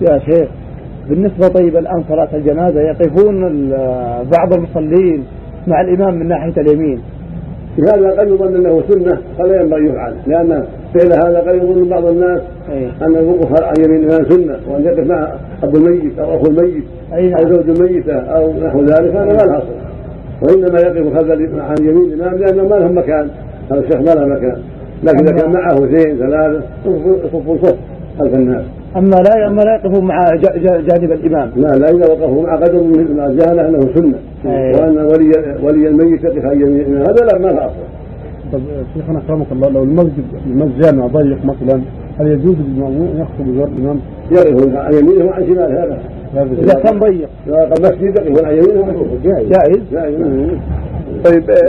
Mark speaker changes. Speaker 1: يا شيخ بالنسبة طيب الآن صلاة الجنازة يقفون بعض المصلين مع الإمام من ناحية اليمين
Speaker 2: هذا قد يظن انه سنه فلا ينبغي يفعل لان فعل هذا قد يظن بعض الناس
Speaker 1: أي.
Speaker 2: ان الوقوف عن يمين الامام سنه وان يقف مع ابو الميت او اخو الميت
Speaker 1: أي نعم.
Speaker 2: او زوج الميته او نحو ذلك هذا ما له اصل وانما يقف خلف الإمام- عن يمين الامام لانه ما لهم مكان هذا الشيخ ما له مكان لكن اذا كان معه اثنين ثلاثه يصفوا- يصفوا صف خلف الناس
Speaker 1: أما لا أما لا يقفون مع ج- ج- جانب الإمام
Speaker 2: لا لا اذا وقفوا مع قدر من ما جهله انه سنه
Speaker 1: أي.
Speaker 2: وان ولي ولي الميت يقف عن يمين الامام هذا لا ما له اصل
Speaker 3: طب شيخنا اكرمك الله لو المسجد الجامع ضيق مثلا هل يجوز للمأمون يخطب بزر الامام؟
Speaker 2: يقف عن يمينه وعن شماله هذا
Speaker 1: إذا كان ضيق
Speaker 2: لا، قد مسجد يقف عن يمينه وعن شماله
Speaker 1: جائز
Speaker 2: لا يمينه
Speaker 1: طيب